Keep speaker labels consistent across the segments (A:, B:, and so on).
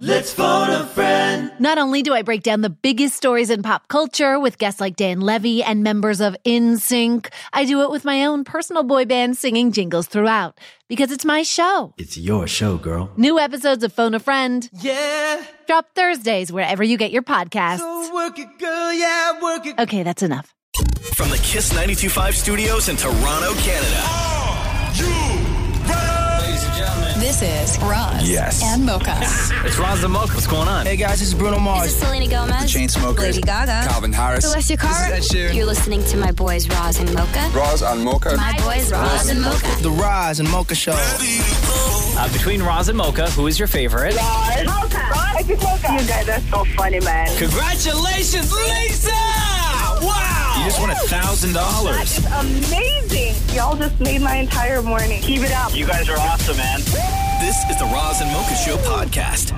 A: let's phone a friend.
B: Not only do I break down the biggest stories in pop culture with guests like Dan Levy and members of InSync, I do it with my own personal boy band singing jingles throughout because it's my show.
A: It's your show, girl.
B: New episodes of Phone a Friend
A: Yeah.
B: drop Thursdays wherever you get your podcasts.
A: So work it, girl. Yeah, work it.
B: Okay, that's enough.
C: From the Kiss 925 studios in Toronto, Canada.
D: This is Roz.
C: Yes.
D: And Mocha.
C: It's Roz the Mocha. What's going on?
E: Hey guys, this is Bruno Mars.
F: Selena Gomez.
E: The Chainsmokers.
F: Lady Gaga.
E: Calvin Harris.
F: Celestia Cara.
E: This is Ed Sheeran.
F: You're listening to my boys Roz and Mocha.
G: Roz and Mocha.
F: My boys Roz and Mocha.
E: the Rise and Mocha Show.
C: Uh, between Roz and Mocha, who is your favorite?
H: You guys are so funny, man.
C: Congratulations, Lisa! Wow! You just won a thousand dollars.
H: Amazing. Y'all just made my entire morning. Keep it up.
C: You guys are awesome, man. This is the Roz and Mocha Show podcast.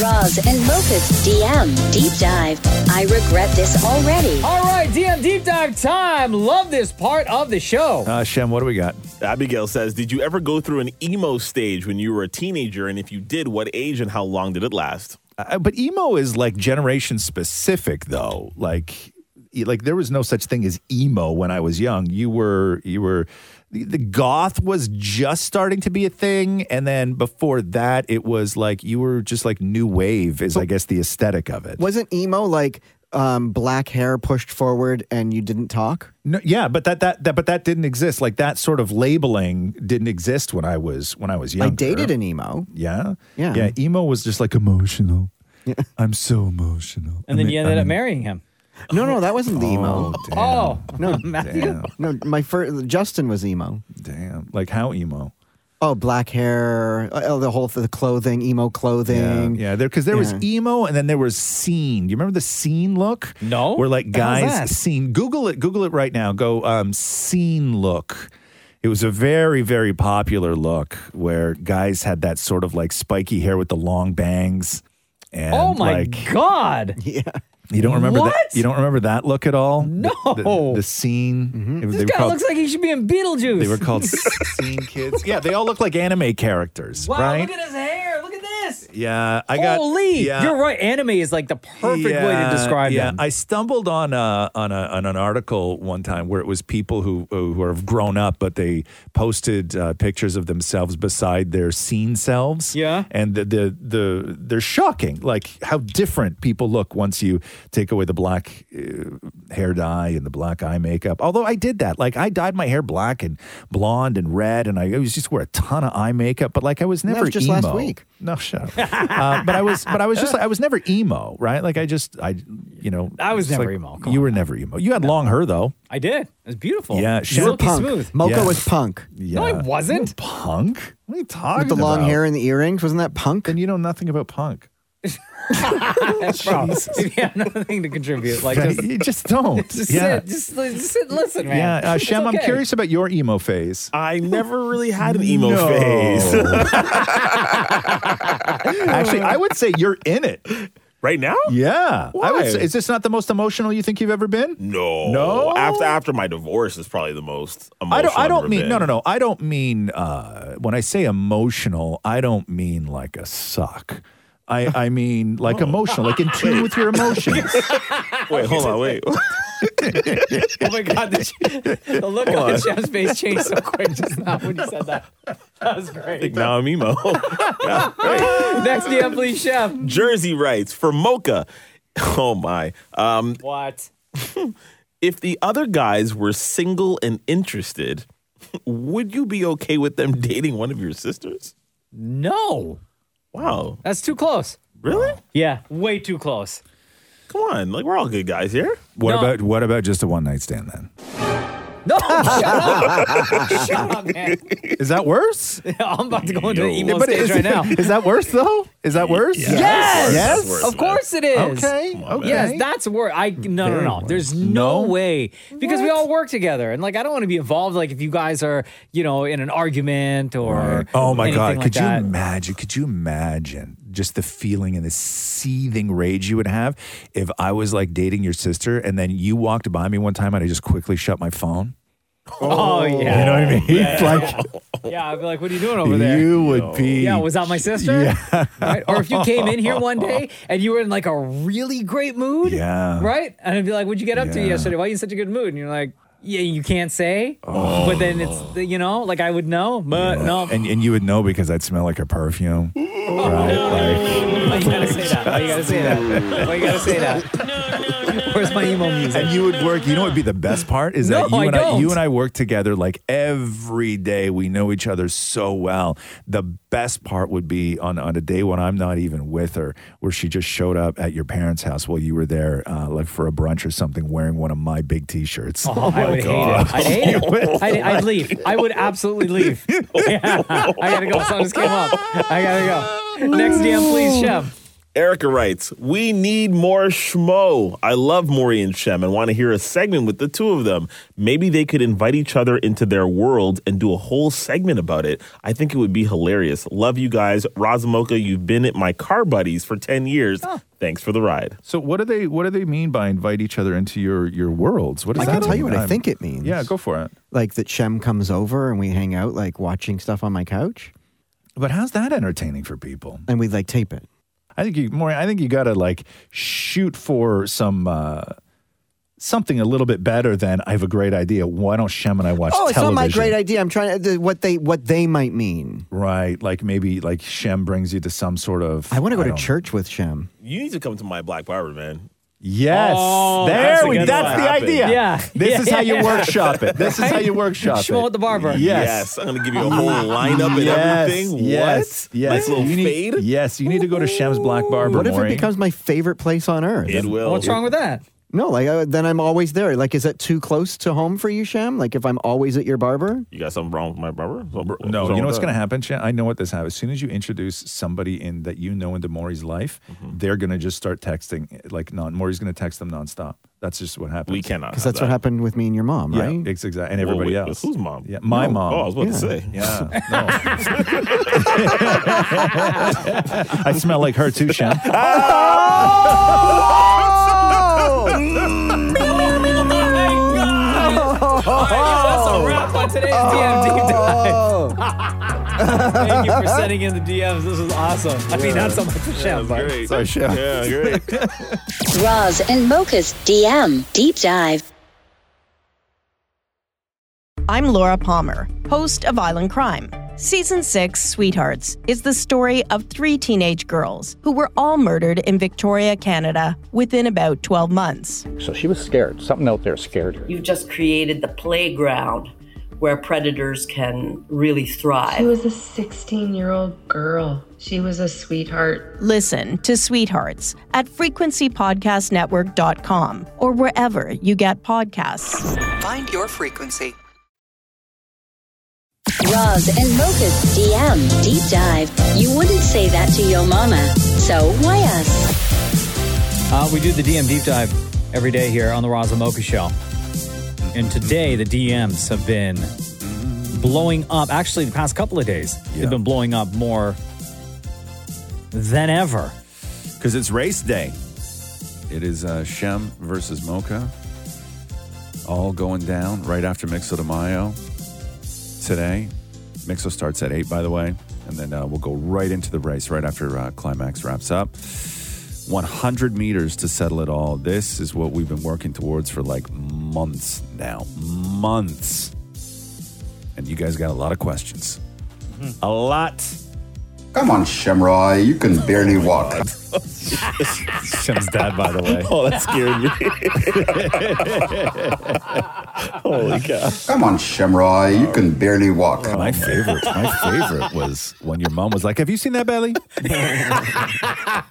I: Roz and Mocha's DM deep dive. I regret this already.
J: All right, DM deep dive time. Love this part of the show.
K: Uh, Shem, what do we got?
L: Abigail says, Did you ever go through an emo stage when you were a teenager? And if you did, what age and how long did it last?
K: Uh, but emo is like generation specific, though. Like, e- like there was no such thing as emo when I was young. You were, you were. The, the goth was just starting to be a thing, and then before that, it was like you were just like new wave is, I guess, the aesthetic of it.
M: Wasn't emo like um, black hair pushed forward and you didn't talk?
K: No, yeah, but that, that that but that didn't exist. Like that sort of labeling didn't exist when I was when I was
M: I
K: younger.
M: dated an emo.
K: Yeah.
M: Yeah.
K: Yeah. Emo was just like emotional. I'm so emotional.
J: and then
K: I'm-
J: you ended up
K: I'm-
J: marrying him.
M: No, no, that wasn't the emo.
K: Damn,
J: Oh,
M: No,
K: damn,
M: no, my first Justin was emo.
K: damn. Like how emo?
M: Oh, black hair, oh, the whole the clothing, emo
K: Yeah,
M: clothing.
K: yeah. There because there was
M: Yeah.
K: emo, and then there was scene. Do you remember the scene look?
J: No.
K: where like
J: The hell's that?
K: guys scene. Google it. Google it right now. Go um, scene look. It was a very very popular look where guys had that sort of like spiky hair with the long bangs. And
J: oh my
K: like,
J: God.
K: You don't remember
J: What?
K: that? You don't remember that look at all? No. The,
J: No.
K: the- the scene. It was-
J: This
K: they
J: guy
K: were called-
J: looks like he should be in Beetlejuice.
K: They were called scene kids. Yeah, they all look like anime characters,
J: Wow,
K: right?
J: look at his hair. Look at this.
K: yeah, I got.
J: Holy.
K: yeah,
J: You're right. Anime is like the perfect way
K: yeah,
J: to describe
K: yeah.
J: them.
K: I stumbled on a on a on an article one time where it was people who who have grown up, but they posted uh, pictures of themselves beside their scene selves.
J: Yeah.
K: and the, the the they're shocking, like how different people look once you take away the black uh, hair dye and the black eye makeup. Although I did that, like I dyed my hair black and blonde and red, and I always used to wear a ton of eye makeup, but like I was
M: that
K: never
M: was just
K: emo.
M: last week.
K: No, shut up. uh, but I was, but I was just, like, I was never emo, right? Like I just, I, you know,
J: I was
K: just
J: never
K: like-
J: emo. Come
K: You
J: on
K: were never emo. You had long hair though.
J: I did. It's beautiful.
K: Yeah,
M: You were
K: Silky
M: punk.
J: smooth.
M: Mocha
K: Yeah.
M: was punk.
K: Yeah.
J: No, I wasn't.
K: punk. What are you talking
M: With the long
K: about?
M: hair and the earrings, wasn't that punk?
K: Then you know nothing about punk.
J: Bro, if you have nothing to contribute, like just,
K: you just don't.
J: just
K: yeah.
J: sit, just, li- just sit, and listen, man.
K: yeah, uh,
J: It's
K: Shem, I'm
J: okay.
K: curious about your emo phase.
L: I never really had an emo
K: No.
L: phase.
K: Actually, I would say you're in it.
L: right now?
K: Yeah, I would
L: Why?
K: say. Is this not the most emotional you think you've ever been?
L: No.
K: No?
L: After after my divorce is probably the most emotional.
K: I don't. I
L: I've
K: don't
L: ever
K: mean
L: been.
K: no, no, no. I don't mean uh, when I say emotional. I don't mean like a suck. I, I mean like emotional, like in tune with your emotions.
L: Wait, hold on, wait.
J: Oh my God, the, the look on Shem's face changed so quick just now when you said that. That was great.
L: now I'm emo. Yeah, right.
J: Next DM, please, Shem.
L: Jersey writes for Mocha. Oh my. Um,
J: What?
L: if the other guys were single and interested, would you be okay with them dating one of your sisters?
J: No,
L: Wow.
J: that's too close.
L: Really?
J: Yeah, way too close.
L: Come on. Like, we're all good guys here.
K: What
J: No.
K: about what about just a one night stand then?
J: No, shut up. shut up, man.
K: Is that worse?
J: I'm about to go into the
L: Yo.
J: emo stage
K: is,
J: right now.
K: is that worse though? Is that worse?
J: Yes!
K: Yes.
L: That's worse,
J: Of
L: man.
J: course it is.
K: Okay. okay.
J: Yes, that's where I no no
K: Very
J: no.
K: worse.
J: There's no,
K: No?
J: way because we all work together, and like I don't want to be involved. Like if you guys are you know in an argument or
K: Oh my
J: anything
K: God!
J: like
K: could you
J: that.
K: imagine? Could you imagine just the feeling and the seething rage you would have if I was like dating your sister and then you walked by me one time and I just quickly shut my phone.
J: Oh, yeah.
K: You know what I mean?
J: Yeah.
K: Like-
J: yeah, I'd be like, what are you doing over there?
K: You would be-
J: Yeah, was that my sister?
K: Yeah.
J: Right? Or if you came in here one day and you were in like a really great mood.
L: Uh,
K: Yeah.
J: Right? And I'd be like, what'd you get up to
K: Yeah.
J: yesterday? Why are you in such a good mood? And you're like, yeah, you can't say. But then it's, the- you know, like I would know, but no.
K: And and you would know because I'd smell like a perfume.
J: Oh, Why you gotta say that? Why you gotta say that? Why you gotta say that? Where's my emo music?
K: And you would work. You know what would be the best part is that you
J: No, I
K: and I, you
J: don't.
K: and I work together like every day. We know each other so well. The best part would be on on a day when I'm not even with her, where she just showed up at your parents' house while you were there, uh, like for a brunch or something, wearing one of my big T-shirts.
J: Oh, I would hate it. I'd hate it. I'd, I'd leave. I would absolutely leave. Yeah. I gotta go. Someone just came up. I gotta go. Next DM, please, Shem.
L: Erica writes, We need more schmo. I love Maury and Shem and want to hear a segment with the two of them. Maybe they could invite each other into their world and do a whole segment about it. I think it would be hilarious. Love you guys. Razamoka, you've been at my car buddies for 10 years. Thanks for the ride.
K: So what do they what do they mean by invite each other into your your worlds? What does
M: I
K: that
M: can tell
K: mean?
M: you what I
K: I'm-
M: think it means.
K: Yeah, go for it.
M: Like that Shem comes over and we hang out, like watching stuff on my couch.
K: But how's that entertaining for people?
M: And we like tape it.
K: I think you more. I think you got to like shoot for some uh, something a little bit better than I have a great idea. Why don't Shem and I watch?
M: oh, it's not
K: television?
M: my great idea. I'm trying to what they what they might mean.
K: Right, like maybe like Shem brings you to some sort of.
M: I want to go to
K: don't-
M: church with Shem.
L: You need to come to my Black Barber, man.
K: Yes,
L: Oh,
K: there
L: that's a
K: we.
L: good
K: That's
L: one.
K: the idea.
L: Yeah.
K: this
L: Yeah,
K: is how you
L: yeah.
K: workshop it. This is how you
L: Right?
K: workshop it.
L: Schmo with the barber.
K: Yes,
L: Yes, I'm gonna give you a whole lineup and
K: Yes,
L: everything.
K: Yes,
L: What?
K: yes.
L: Nice little
K: you need,
L: fade?
K: Yes, you need to go to Shem's Black Barber.
M: what if
K: Maury.
M: it becomes my favorite place on earth?
K: It will. What's wrong
J: with that?
M: No, like I, then I'm always there. Like, is that too close to home for you, Shem? Like, if I'm always at your barber,
L: You got something wrong with my barber?
K: No, you know what's going to happen, Chan? I know what this happens. As soon as you introduce somebody in that you know into Maury's life,
L: Mm-hmm.
K: they're going to just start texting. Like, non Maury's going to text them nonstop. That's just what happens. We cannot.
M: because that's what happened with me and your mom,
K: Yeah,
M: right?
K: it's exactly. And everybody
L: wait,
K: else.
L: whose mom?
K: Yeah, my
L: No.
K: mom.
L: Oh, I was about to say.
K: Yeah. No. I smell like her too, Shan.
J: That's a wrap on today's DM deep
M: Oh.
J: dive. Thank you for sending in the DMs. This was awesome. I mean, not so much for Shem, but
K: Sorry, Shem.
L: Yeah, great.
I: Roz and Mocha's DM Deep Dive.
G: I'm Laura Palmer, host of Island Crime. Season 6, Sweethearts, is the story of three teenage girls who were all murdered in Victoria, Canada within about 12 months.
N: So she was scared. Something out there scared her.
O: You've just created the playground where predators can really thrive.
P: She was a 16 year old girl. She was a sweetheart.
G: Listen to Sweethearts at frequencypodcastnetwork.com or wherever you get podcasts.
Q: Find your frequency.
I: Roz and Mocha's DM Deep Dive. You wouldn't say that to your mama. So why us?
J: Uh, we do the DM deep dive every day here on the Raza Mocha Show. And today, the DMs have been blowing up. Actually, the past couple of days, they've been blowing up more than ever.
K: Because it's race day.
R: It is uh, Shem versus Mocha. All going down right after Mixo de Mayo today. Mixo starts at 8, by the way. And then uh, we'll go right into the race right after uh, Climax wraps up. 100 meters to settle it all. This is what we've been working towards for like months now. Months. And you guys got a lot of questions.
K: A lot.
S: Come on, Shemroy, you can barely walk.
K: Shem's dad, by the way.
S: Oh, that
K: scared me.
S: Holy cow. Come on, Shemroy, you can barely walk.
R: My favorite, my favorite was when your mom was like, "Have you seen that belly?"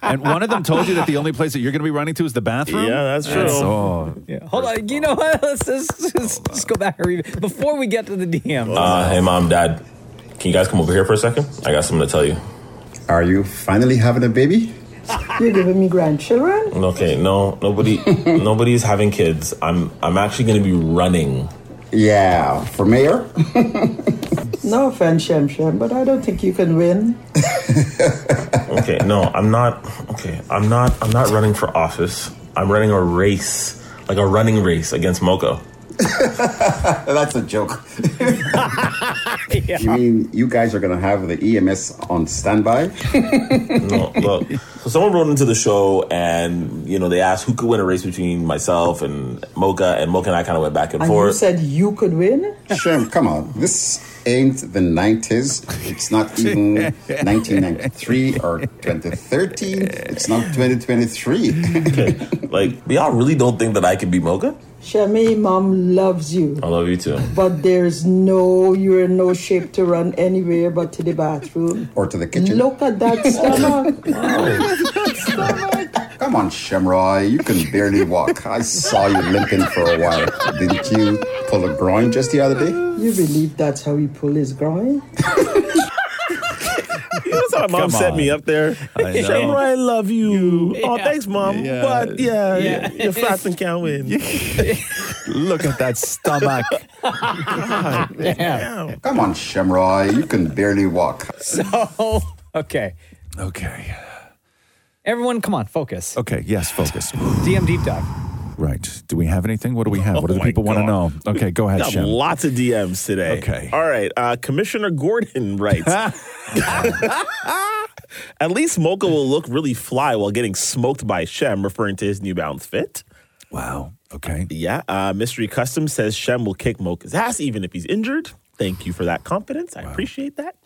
R: and one of them told you that the only place that you're going to be running to is the bathroom.
L: Yeah, that's true.
R: oh.
J: Hold on. You know what? Let's just, just, just go back and read before we get to the DMs.
T: Uh, hey, mom, dad, can you guys come over here for a second? I got something to tell you.
S: Are you finally having a baby?
U: You're giving me grandchildren?
T: Okay, no, nobody, nobody's having kids. I'm, I'm actually going to be running
S: Yeah, for mayor?
U: No offense, Shem Shem, but I don't think you can win.
T: Okay, no, I'm not. Okay, I'm not. I'm not running for office. I'm running a race, like a running race against Moco.
S: That's a joke. You mean you guys are going to have the EMS on standby?
T: no, look. So someone wrote into the show, and you know they asked who could win a race between myself and Mocha, and Mocha and I kind of went back and,
U: And you
T: forth.
U: said you could win?
S: Shem, come on. This ain't the 90s. It's not even 1993 or 2013. It's not 2023.
T: like, y'all really don't think that I could be Mocha?
U: Shemi, mom loves you.
T: I love you too.
U: But there's no, you're in no shape to run anywhere but to the bathroom.
S: or to the kitchen.
U: Look at that stomach.
S: Come on, Shamroy. You can barely walk. I saw you limping for a while. Didn't you pull a groin just the other day?
U: You believe that's how he pull his groin?
L: That's how my mom
S: Come
L: set
S: on.
L: me up there.
S: I know.
L: Shane, I love you. Oh, thanks, mom.
K: Yeah.
L: But yeah,
K: Yeah.
L: you're fast and can't win.
K: Look at that stomach.
L: Damn.
S: Come on, Shamroy. You can barely walk.
J: So, okay.
K: Okay.
J: Everyone, come on, focus.
K: Okay, yes, focus.
J: DM deep dive.
K: Right. Do we have anything? What do we have? what do the
L: my
K: people want to know?
L: God.
K: Okay, go ahead,
L: Got
K: Shem.
L: Lots of DMs today.
K: Okay.
L: All right. Uh, Commissioner Gordon writes. At least Mocha will look really fly while getting smoked by Shem, referring to his New Balance fit.
K: Wow. Okay.
L: Yeah. Uh, Mystery Custom says Shem will kick Mocha's ass even if he's injured. Thank you for that confidence. I appreciate that.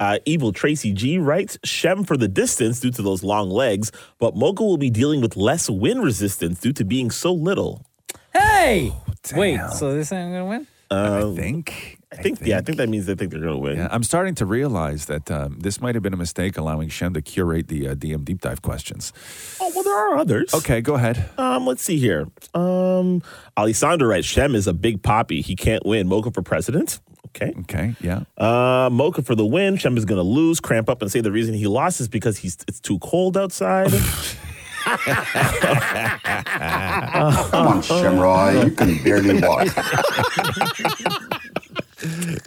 L: Uh, Evil Tracy G writes Shem for the distance due to those long legs, but Mocha will be dealing with less wind resistance due to being so little.
J: Hey!
L: Oh,
J: Wait, so this ain't gonna win?
L: Uh,
K: I think. I
L: think, yeah, I think that means they think they're going to win.
K: Yeah, I'm starting to realize that um, this might have been a mistake allowing Shem to curate the uh, DM deep dive questions.
L: Oh, well, there are others.
K: Okay, go ahead.
L: Um, let's see here. Um, Alessandro writes, Shem is a big poppy. He can't win. Mocha for president. Okay.
K: Okay, yeah.
L: Uh, Mocha for the win. Shem is going to lose. Cramp up and say the reason he lost is because he's it's too cold outside.
S: Come on, Shamroy. You can barely walk.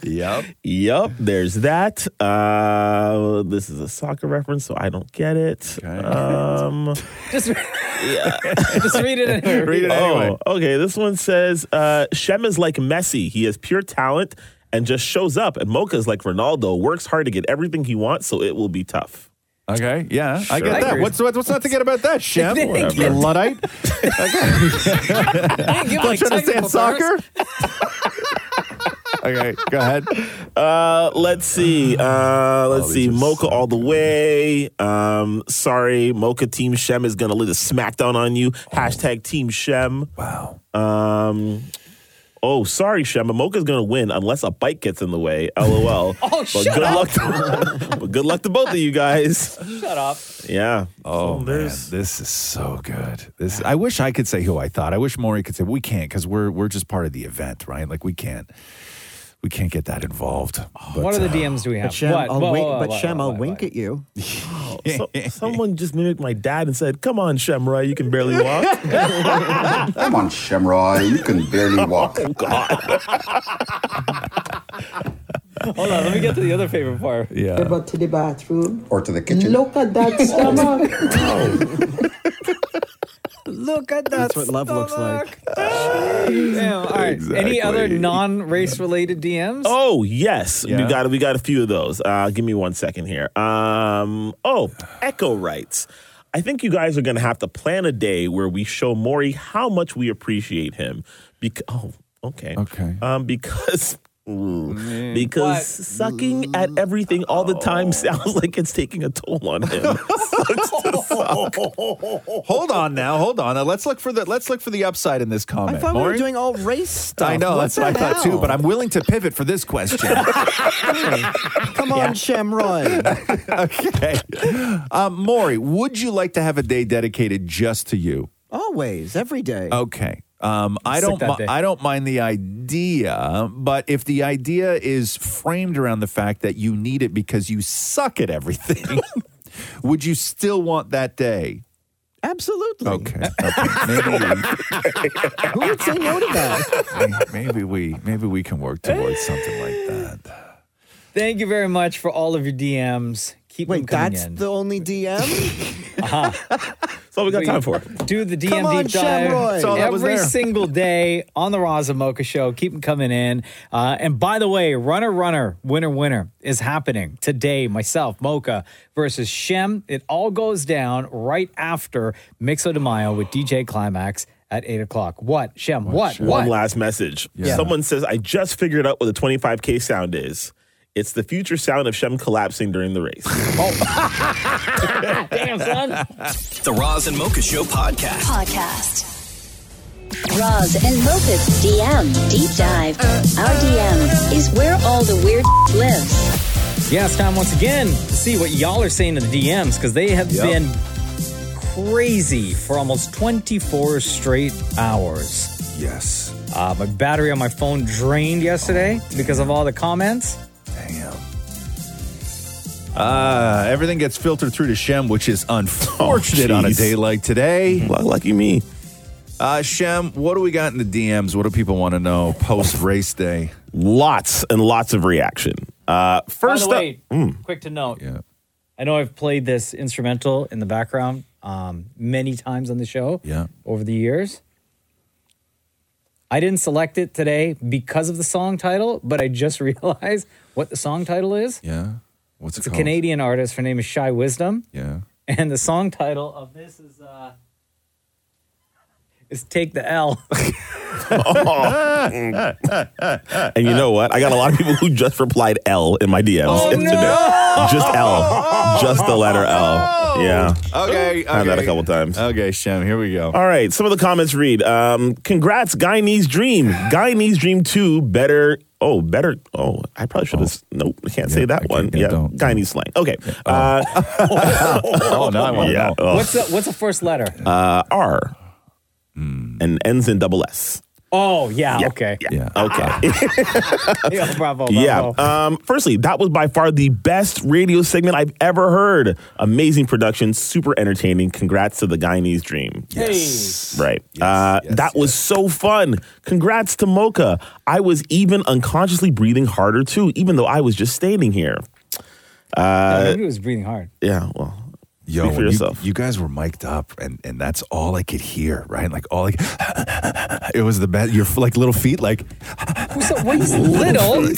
K: Yep.
L: Yep. There's that. Uh, this is a soccer reference, so I don't get it. Um,
J: Just, just read it anyway.
L: oh, okay. This one says uh, Shem is like Messi. He has pure talent and just shows up. And Mocha is like Ronaldo, works hard to get everything he wants, so it will be tough.
K: Okay, yeah, I
L: Sure. I
K: get that.
L: agree.
K: What's what, what's not to get about that, Shem?
L: They
K: Whatever.
L: get-
K: Luddite.
J: Don't
K: you understand soccer? okay, go ahead. Oh,
L: Uh, let's see. Uh, let's see. Mocha all the way. Um, sorry, Mocha Team Shem is gonna lay the smackdown on you. Hashtag Team Shem.
K: Wow.
L: Um. Oh, sorry, Shem. but Mocha's gonna win unless a bike gets in the way. LOL.
J: Oh,
L: but
J: shut
L: good
J: up.
L: luck. To, but good luck to both of you guys.
J: Shut up.
L: Yeah.
K: Oh man, this is so good. This I wish I could say who I thought. I wish Maury could say we can't because we're we're just part of the event, right? Like we can't we can't get that involved.
J: what
K: But,
J: other
K: uh,
J: DMs do we have?
M: But Shem,
J: what?
M: I'll
J: What,
M: wink,
J: what,
M: but
J: what,
M: Shem,
J: what,
M: I'll
J: what,
M: wink at you.
L: So, someone just mimicked my dad and said, "Come on, Shem, right? You can barely walk."
S: Come on, Shamroy. You can barely walk.
J: what? Hold on, let me get to the other favorite part.
K: Yeah.
U: But to the bathroom.
S: Or to the kitchen.
U: Look at that stomach.
J: Look at that.
M: That's what love looks like.
J: Damn. All right. Any other
L: Exactly.
J: non-race related DMs?
L: Oh yes,
J: Yeah.
L: we got we got a few of those. Uh, give me one second here. Um, oh, Echo writes. I think you guys are going to have to plan a day where we show Maury how much we appreciate him. Because oh, okay, okay, um, because. ooh, because
J: What?
L: sucking at everything all the time sounds like it's taking a toll on him.
K: Oh, Hold on now, hold on. Now, let's look for the let's look for the upside in this comment.
M: I thought we
K: Maury?
M: were doing all race stuff.
K: I know, that's
M: the
K: what I thought
M: hell?
K: too, but I'm willing to pivot for this question.
M: Come on, Shamroy.
K: Uh, okay. Um, Maury, would you like to have a day dedicated just to you?
M: Always, every day.
K: uh, Okay. Um, I
J: Sick
K: don't.
J: that day.
K: Mi- I don't mind the idea, but if the idea is framed around the fact that you need it because you suck at everything, would you still want that day?
M: Absolutely.
R: Okay. okay. Maybe we,
M: Who would say no to that?
R: maybe we maybe we can work towards something like that.
J: Thank you very much for all of your DMs. Keep
M: Wait,
J: them coming
M: that's
J: in.
M: the only DM?
J: That's all we
M: got time
J: for. Do the DM
M: Come on,
J: deep dive
M: Shamroy. That's all that was
J: every
M: there.
J: single day on the Raza Mocha Show. Keep them coming in. Uh, and by the way, Runner Runner Winner Winner is happening today. Myself, Mocha versus Shem. It all goes down right after Mixo de Mayo with DJ Climax at eight o'clock. What Shem? What? What?
L: One last message.
J: Yeah.
L: Someone says, I just figured out what the 25K sound is. It's the future sound of Shem collapsing during the race.
C: Damn, son. The Roz and Mocha Show podcast.
I: Podcast. Roz and Mocha's DM Deep Dive. Our DM is where all the weird lives.
J: Yeah, it's time once again to see what y'all are saying in the DMs because they have
I: Yep.
J: been crazy for almost 24 straight hours.
R: Yes.
J: Uh, my battery on my phone drained yesterday because of all the comments.
R: Uh, everything gets filtered through to Shem, which is unfortunate
L: Oh,
R: on a
L: jeez.
R: day like today.
L: Lucky me.
R: Uh, Shem, what do we got in the DMs? What do people want to know post race day?
L: Lots and lots of reaction. Uh,
J: By
L: first
J: the
L: up,
J: way,
R: Hmm.
J: quick to note. I know I've played this instrumental in the background um, many times on the show
R: Yeah.
J: over the years. I didn't select it today because of the song title, but I just realized what the song title is.
R: Yeah. What's
J: it's
R: it
J: a
R: called?
J: Canadian artist. Her name is Shy Wisdom.
R: Yeah.
J: And the song title of this is uh is Take the L.
L: and
J: uh,
L: you know what? I got a lot of people who just replied L in my DMs
J: Oh,
L: yesterday. Just L. Just the letter
J: Oh,
L: L. Yeah.
R: Okay.
L: I had that a couple times.
R: Okay, Shem, here we go.
L: All right. Some of the comments read um, Congrats, Guy Needs Dream. Guy Needs Dream 2, better. Oh, better. Oh, I probably should have. Nope, I can't say that one. Yeah, Guy Needs Slang. Okay. Uh,
R: oh,
L: now I wanna know.
J: What's the what's the first letter?
L: uh, R and ends in double S.
J: Oh yeah, okay.
R: Yeah.
L: Okay.
J: Yeah, bravo, bravo.
L: yeah. Um, firstly, that was by far the best radio segment I've ever heard. Amazing production, super entertaining. Congrats to the Guyanese dream.
J: Yes.
L: Right. uh, that was so fun. Congrats to Mocha. uh, I was even unconsciously breathing harder too, even though I was just standing here.
J: I
L: Uh,
J: knew it was breathing hard.
L: yeah. Well,
R: Yo,
L: speak for
R: when you-
L: yourself.
R: You, guys were mic'd up, and and that's all I could hear. Right, like all I, it was the best. Your like little feet, like
J: Who's the, what is little?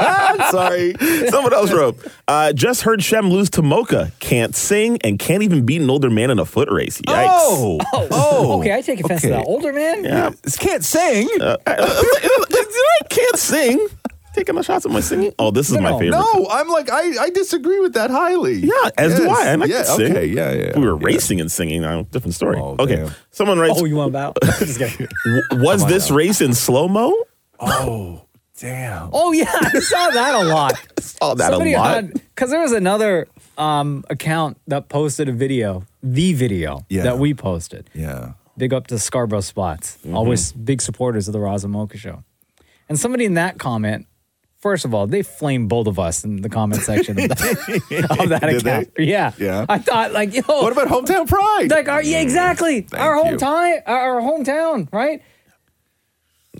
L: I'm sorry. Someone else wrote. Uh, just heard Shem lose to Mocha. Can't sing and can't even beat an older man in a foot race. Yikes.
R: Oh.
J: Oh. Okay, I take offense to
L: Okay.
J: that. Older man?
L: Yeah. Uh,
R: can't sing.
L: I can't sing. Taking my shots at my singing. Oh, this is my favorite.
R: No, I'm like I I disagree with that highly. Yeah,
L: As do I. And I
R: yeah,
L: can sing.
R: okay, yeah, yeah. Oh,
L: If we were racing and singing. Now, different story. okay.
R: damn.
L: Someone writes.
J: Oh, you want about?
L: "W- Was this race in slow mo?
R: Oh, damn.
J: Oh yeah, I saw that a lot.
L: saw that a lot.
J: Because there was another um, account that posted a video, the video
R: Yeah.
J: that we posted.
R: Yeah.
J: Big up to Scarborough Spots,
R: Mm-hmm.
J: always big supporters of the Raza Mocha Show. And somebody in that comment, first of all, they flame both of us in the comment section of, that- of that
R: Did they?
J: account. Yeah.
R: Yeah.
J: I thought like, yo,
R: What about hometown pride?
J: like our yeah, exactly our
R: you.
J: hometown, our our hometown, right?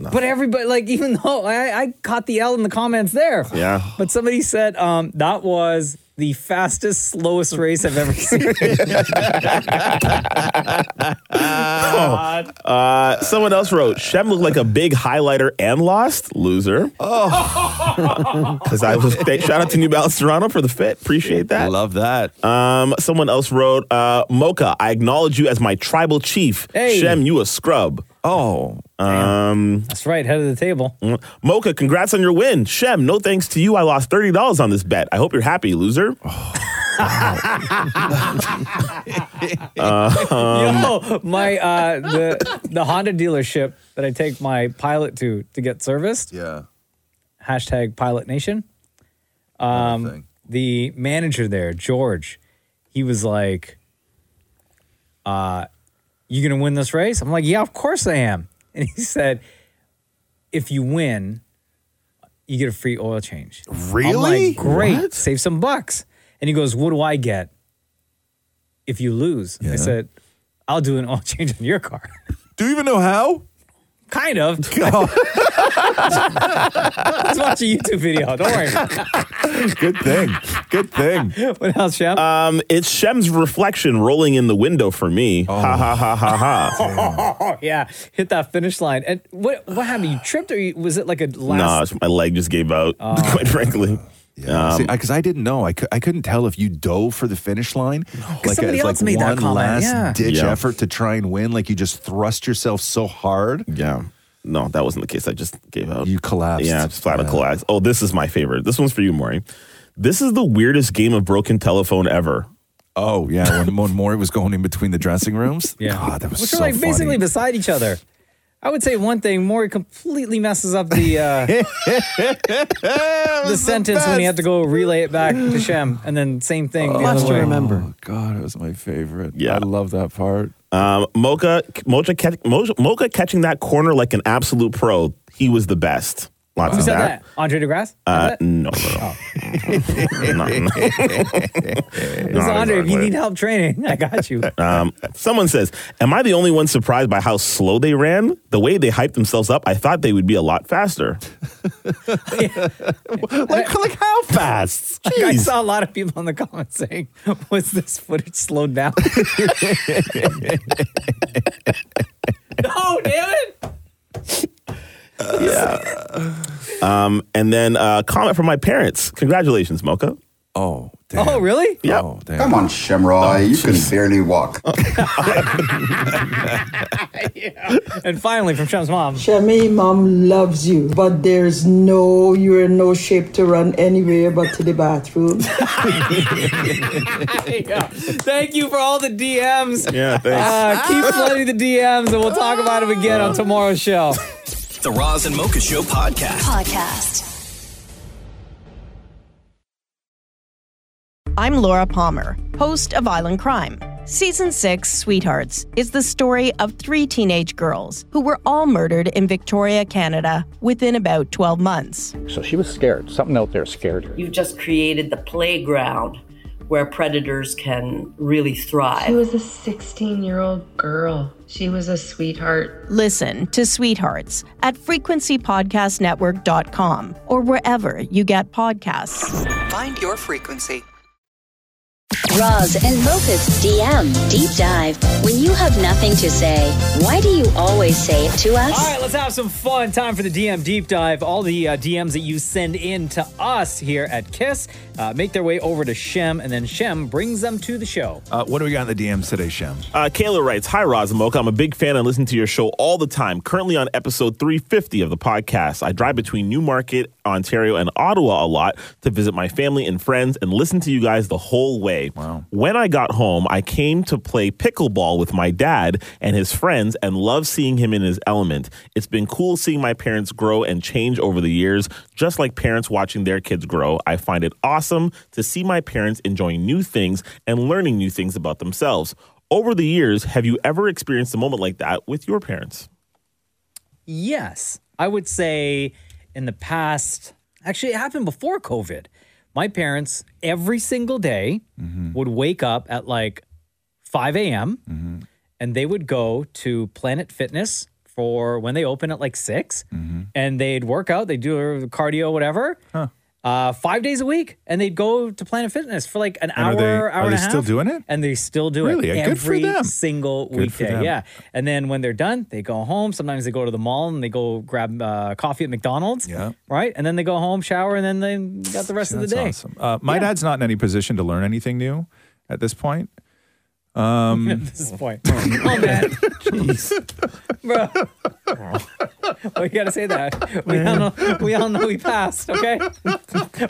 J: But everybody, like, even though I, I caught the L in the comments there,
L: Yeah.
J: But somebody said um, that was the fastest, slowest race I've ever seen. Oh,
L: Uh, someone else wrote. Shem looked like a big highlighter and lost loser.
R: Oh.
L: Because I was thank- shout out to New Balance Toronto for the fit. Appreciate that.
R: Love that.
L: Um, someone else wrote, uh, Mocha, I acknowledge you as my tribal chief.
J: Hey.
L: Shem, you a scrub.
R: Oh.
L: Um,
J: That's right, head of the table.
R: Um,
L: Mocha, congrats on your win. Shem, no thanks to you. I lost $30 on this bet. I hope you're happy, loser.
R: Oh.
J: Yo, my uh, the the Honda dealership that I take my pilot to to get serviced.
R: Yeah.
J: Hashtag Pilot Nation. Um, the manager there, George, he was like, uh, "You gonna win this race?" I'm like, "Yeah, of course I am." And he said, "If you win, you get a free oil change." I'm
R: Really?
J: like, Great.
R: What?
J: Save some bucks. And he goes, "What do I get?" if you lose. I said, I'll do an oil change on your car.
K: Do you even know how?
J: Kind of. Let's watch a YouTube video. Don't worry.
K: Good thing. Good thing.
J: What else, Shem?
K: Uh.
L: Um, it's Shem's reflection rolling in the window for me. Ha ha ha ha ha.
J: Oh yeah, hit that finish line. And what what happened? You tripped, or you, was it like a last?
L: Nah, it's- my leg just gave out.
R: Oh.
L: Quite frankly.
K: Yeah, see, because I, didn't know. I, cou- I couldn't tell if you dove for the finish line, like
J: somebody
K: it's
J: else
K: like
J: made that
K: one
J: comment,
K: last
J: yeah.
K: ditch
L: Yeah.
K: effort to try and win. Like you just thrust yourself so hard.
L: Yeah. No, that wasn't the case. I just gave out.
K: You collapsed.
L: Yeah, just flat out collapsed. Oh, this is my favorite. This one's for you, Maury. This is the weirdest game of broken telephone ever.
K: Oh yeah, when, when Maury was going in between the dressing rooms.
J: Yeah,
K: God, that was
J: Which
K: so
J: are like basically
K: funny.
J: beside each other. I would say one thing: Maury completely messes up the uh, the sentence when he had to go relay it back to Shem, and then same thing. the other way.
R: Oh, God, it was my favorite.
L: Yeah.
R: I love that part.
L: Um, Mocha, Mocha, catch- Mocha, Mocha catching that corner like an absolute pro. He was the best. Lots
J: Who
L: of
J: said
L: that.
J: that? Andre DeGrasse.
L: Uh, no, no, no.
J: Oh.
L: No, no.
J: This is
L: Not
J: Andre. If you
L: exactly.
J: need help training, I got you.
K: Uh,
L: Um, someone says, "Am I the only one surprised by how slow they ran? The way they hyped themselves up, I thought they would be a lot faster."
K: like, like how fast?
J: Like, I saw a lot of people in the comments saying, "Was this footage slowed down?" no, damn it!
L: Um, and then uh, comment from my parents. Congratulations, Mocha.
R: Oh,
J: Oh, really?
L: yeah.
S: Come on, Shamroy. you can barely walk.
J: And finally, from Shem's mom.
U: Shami, mom loves you, but there's no, you're in no shape to run anywhere but to the bathroom.
J: Yeah. Thank you for all the DMs.
L: Yeah,
J: Uh, keep flooding the DMs, and we'll talk about them again on tomorrow's show.
C: The Roz and Mocha Show podcast.
D: Podcast.
G: I'm Laura Palmer, host of Island Crime. Season 6, Sweethearts, is the story of three teenage girls who were all murdered in Victoria, Canada within about 12 months.
N: So she was scared. Something out there scared her.
O: You've just created the playground where predators can really
P: She
O: thrive.
P: was a 16 year old girl. She was a sweetheart.
G: Listen to Sweethearts at frequencypodcastnetwork.com or wherever you get podcasts.
D: Find your frequency.
I: Roz and Mocha's DM Deep Dive. When you have nothing to say, why do you always say it to
J: All
I: us?
J: right, let's have some fun. Time for the DM deep dive. All the uh, DMs that you send in to us here at Kiss uh, make their way over to Shem, and then Shem brings them to the show.
K: Uh, what do we got in the DMs today, Shem?
L: Uh, Kayla writes, Hi, Roz and Mocha. I'm a big fan and listen to your show all the time. Currently on episode 350 of the podcast. I drive between Newmarket, Ontario, and Ottawa a lot to visit my family and friends and listen to you guys the whole way. Wow. When I got home, I came to play pickleball with my dad and his friends and love seeing him in his element. It's been cool seeing my parents grow and change over the years, just like parents watching their kids grow. I find it awesome to see my parents enjoying new things and learning new things about themselves. Over the years, have you ever experienced a moment like that with your parents?
J: Yes, I would say in the past, actually, it happened before COVID. My parents, every single day,
K: Mm-hmm.
J: would wake up at like 5 a.m.
K: Mm-hmm.
J: and they would go to Planet Fitness for when they open at like 6
K: Mm-hmm.
J: and they'd work out, they'd do their cardio, whatever. Uh, five days a week, and they'd go to Planet Fitness for like an
K: And
J: hour,
K: are they-
J: hour
K: are
J: and
K: they
J: a half.
K: still doing it?
J: And they still do
K: Really?
J: it
K: Uh, good for
J: every
K: them.
J: single
K: Good for
J: weekday.
K: them.
J: Yeah, and then when they're done, they go home. Sometimes they go to the mall and they go grab uh, coffee at McDonald's. Yeah. Right? And then they go home, shower, and then they got the rest of the
K: That's
J: day.
K: awesome. Uh, my dad's not in any position to learn anything new at this point.
J: At
K: Um,
J: this point. oh, man. Bro. Well, you got to say that. We all, know, we all know we passed, okay?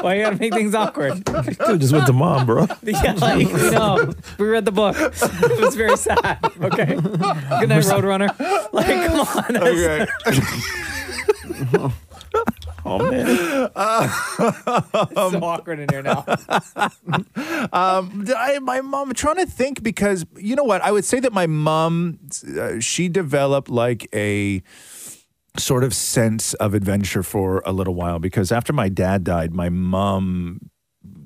J: Why you got to make things awkward?
L: Dude, just went to mom, bro.
J: Yeah, like, you know, we read the book. It was very sad, okay? Good night, Roadrunner. Like, come on. that's-
L: Oh man.
J: it's so awkward in here now.
K: um, I, my mom, I'm trying to think because, you know what? I would say that my mom, uh, she developed like a sort of sense of adventure for a little while because after my dad died, my mom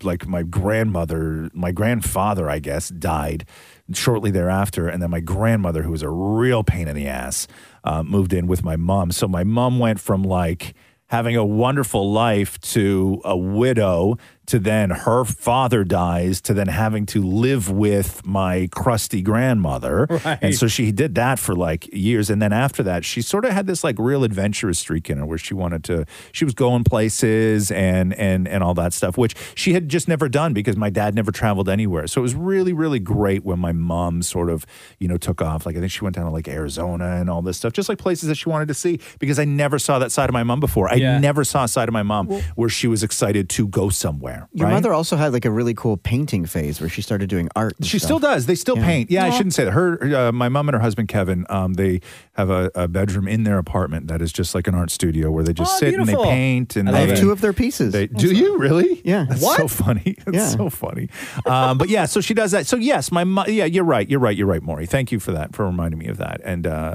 K: like my grandmother, my grandfather, I guess, died shortly thereafter. And then my grandmother, who was a real pain in the ass, uh, moved in with my mom. So my mom went from like having a wonderful life to a widow to then her father dies to then having to live with my crusty grandmother. And so she did that for like years. And then after that, she sort of had this like real adventurous streak in her where she wanted to, she was going places and, and, and all that stuff, which she had just never done because my dad never traveled anywhere. So it was really, really great when my mom sort of, you know, took off. Like I think she went down to like Arizona and all this stuff, just like places that she wanted to see because I never saw that side of my mom before. I
M: Yeah.
K: never saw a side of my mom where she was excited to go somewhere.
M: Your
K: right?
M: mother also had like a really cool painting phase where she started doing art. and
K: She
M: stuff.
K: still does. They still
M: Yeah.
K: paint. Yeah, I
M: Aw.
K: shouldn't say that. Her, uh, my mom and her husband Kevin, um, they have a, a bedroom in their apartment that is just like an art studio where they just
M: Oh,
K: sit and
M: beautiful.
K: they paint. And
M: I
K: they,
M: have two of their pieces.
K: They, do you really?
M: Yeah.
K: That's so funny. That's
M: Yeah.
K: so funny. Um, but yeah, so she does that. So yes, my mom. Yeah, you're right. You're right. You're right, Maury. Thank you for that for reminding me of that. And uh,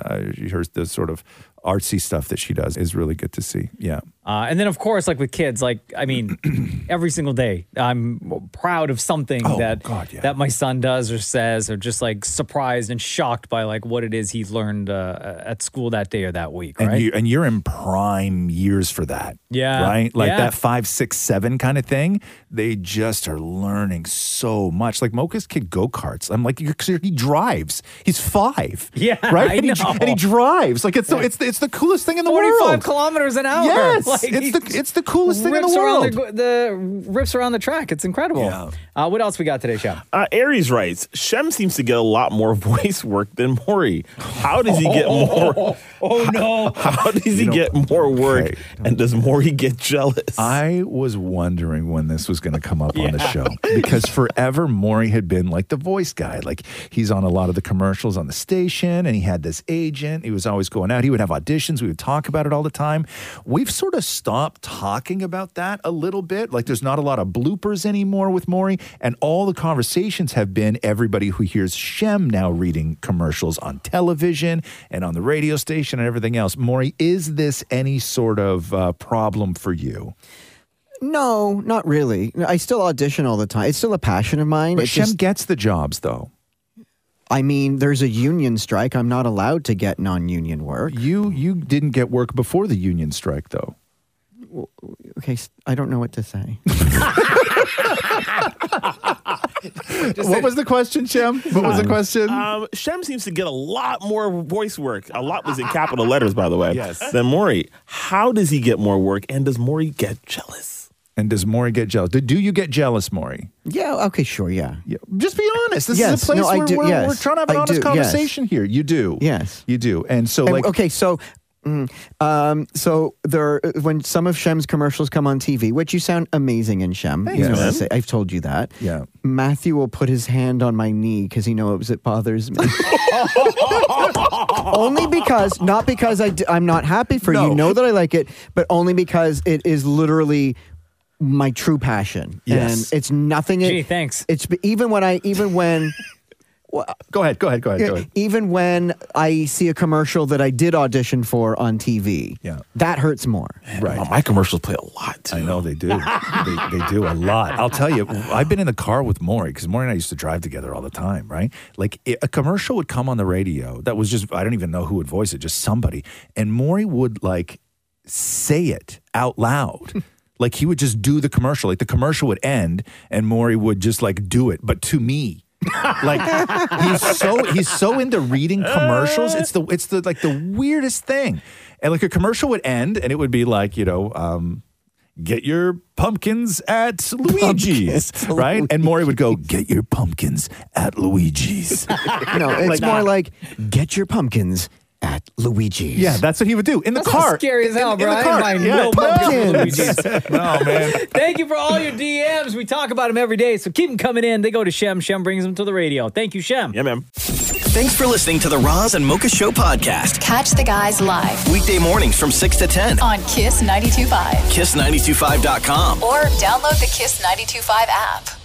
K: her the sort of artsy stuff that she does is really good to see. Yeah.
J: Uh, and then, of course, like with kids, like I mean, every single day, I'm proud of something
K: Oh,
J: that that my son does or says, or just like surprised and shocked by like what it is he learned uh, at school that day or that week,
K: and
J: right?
K: you and you're in prime years for that.
J: Yeah.
K: right. Like
J: Yeah.
K: that five, six, seven kind of thing. They just are learning so much. Like Mocha's kid go karts. I'm like, because he drives. He's five.
J: Yeah,
K: right.
J: I
K: and, He,
J: know.
K: and he drives. Like it's the it's the, it's the coolest thing in the world.
J: 45 kilometers an hour.
K: Yes,
J: Like,
K: it's
J: he
K: the it's the coolest thing in the
J: rips around
K: world.
J: The, rips around the track. It's incredible. Uh, what else we got today, Shep?
L: Uh, Aries writes, Shem seems to get a lot more voice work than Maury. How does he get more?
J: Oh, no.
L: How does he get more work? And does Maury get jealous?
K: I was wondering when this was going to come up on the show because forever Maury had been like the voice guy. Like he's on a lot of the commercials on the station and he had this agent. He was always going out. He would have auditions. We would talk about it all the time. We've sort of stopped talking about that a little bit. Like there's not a lot of bloopers anymore with Maury. And all the conversations have been everybody who hears Shem now reading commercials on television and on the radio station and everything else. Maury, is this any sort of uh, problem for you?
M: No, not really. I still audition all the time. It's still a passion of mine.
K: But
M: It's
K: Shem
M: just-
K: gets the jobs, though.
M: I mean, there's a union strike. I'm not allowed to get non-union work.
K: You you didn't get work before the union strike, though.
M: Okay, s- I don't know what to say.
K: what was the question, Shem? What was the question?
M: uh,
L: Um, Shem seems to get a lot more voice work. A lot was in capital letters, by the way.
K: Yes.
L: Than Maury. How does he get more work? And does Maury get jealous?
K: And does Maury get jealous? Do- Do you get jealous, Maury?
M: Yeah. Okay. Sure. Yeah.
K: Just be honest. This
M: Yes,
K: is a place
M: no, I
K: where
M: do,
K: we're,
M: yes.
K: we're trying to have an
M: I
K: honest
M: do, yes.
K: conversation here. You do. Yes. You do. And so,
M: And-
K: like,
M: okay, so. mm, Um, so there, when some of Shem's commercials come on TV, which you sound amazing in Shem,
K: Thanks,
M: you know,
K: man.
M: I say- I've told you that.
K: Yeah.
M: Matthew will put his hand on my knee because he knows it bothers me. only because, not because I d- I'm not happy for you, know that I like it, but only because it is literally my true passion.
J: Yes.
M: And it's nothing.
J: Gee, thanks.
M: It's even when I, even when.
K: Go ahead. Go ahead. Go ahead.
M: Yeah,
K: Go ahead.
M: Even when I see a commercial that I did audition for on TV,
K: Yeah.
M: that hurts more.
K: Right.
L: my commercials play a lot. Too.
K: I know they do. they, they do a lot. I'll tell you, I've been in the car with Maury because Maury and I used to drive together all the time, right? Like it, a commercial would come on the radio that was just, I don't even know who would voice it, just somebody. And Maury would like say it out loud. like he would just do the commercial. Like the commercial would end and Maury would just like do it, but to me. like he's so he's so into reading commercials. It's the it's the like the weirdest thing. And like a commercial would end and it would be like, you know, um, get your pumpkins at Luigi's, right? And Maury would go, get your pumpkins at Luigi's.
M: no, it's more like get your pumpkins at Luigi's.
K: Yeah, that's what he would do in the
M: That's
K: car.
J: Scary as hell,
K: in,
J: bro.
K: In the
J: I
K: car.
J: ain't buying
K: yeah,
J: no
K: pumpkins.
J: pumpkins.
K: no, man.
J: Thank you for all your DMs. We talk about them every day, so keep them coming in. They go to Shem. Shem brings them to the radio. Thank you, Shem.
L: Yeah, man.
Q: Thanks for listening to the Roz and Mocha Show podcast.
V: Catch the guys live
Q: Weekday mornings from 6 to 10.
V: on Kiss 92.5
Q: Kiss925.com.
V: or download the Kiss 92.5 app.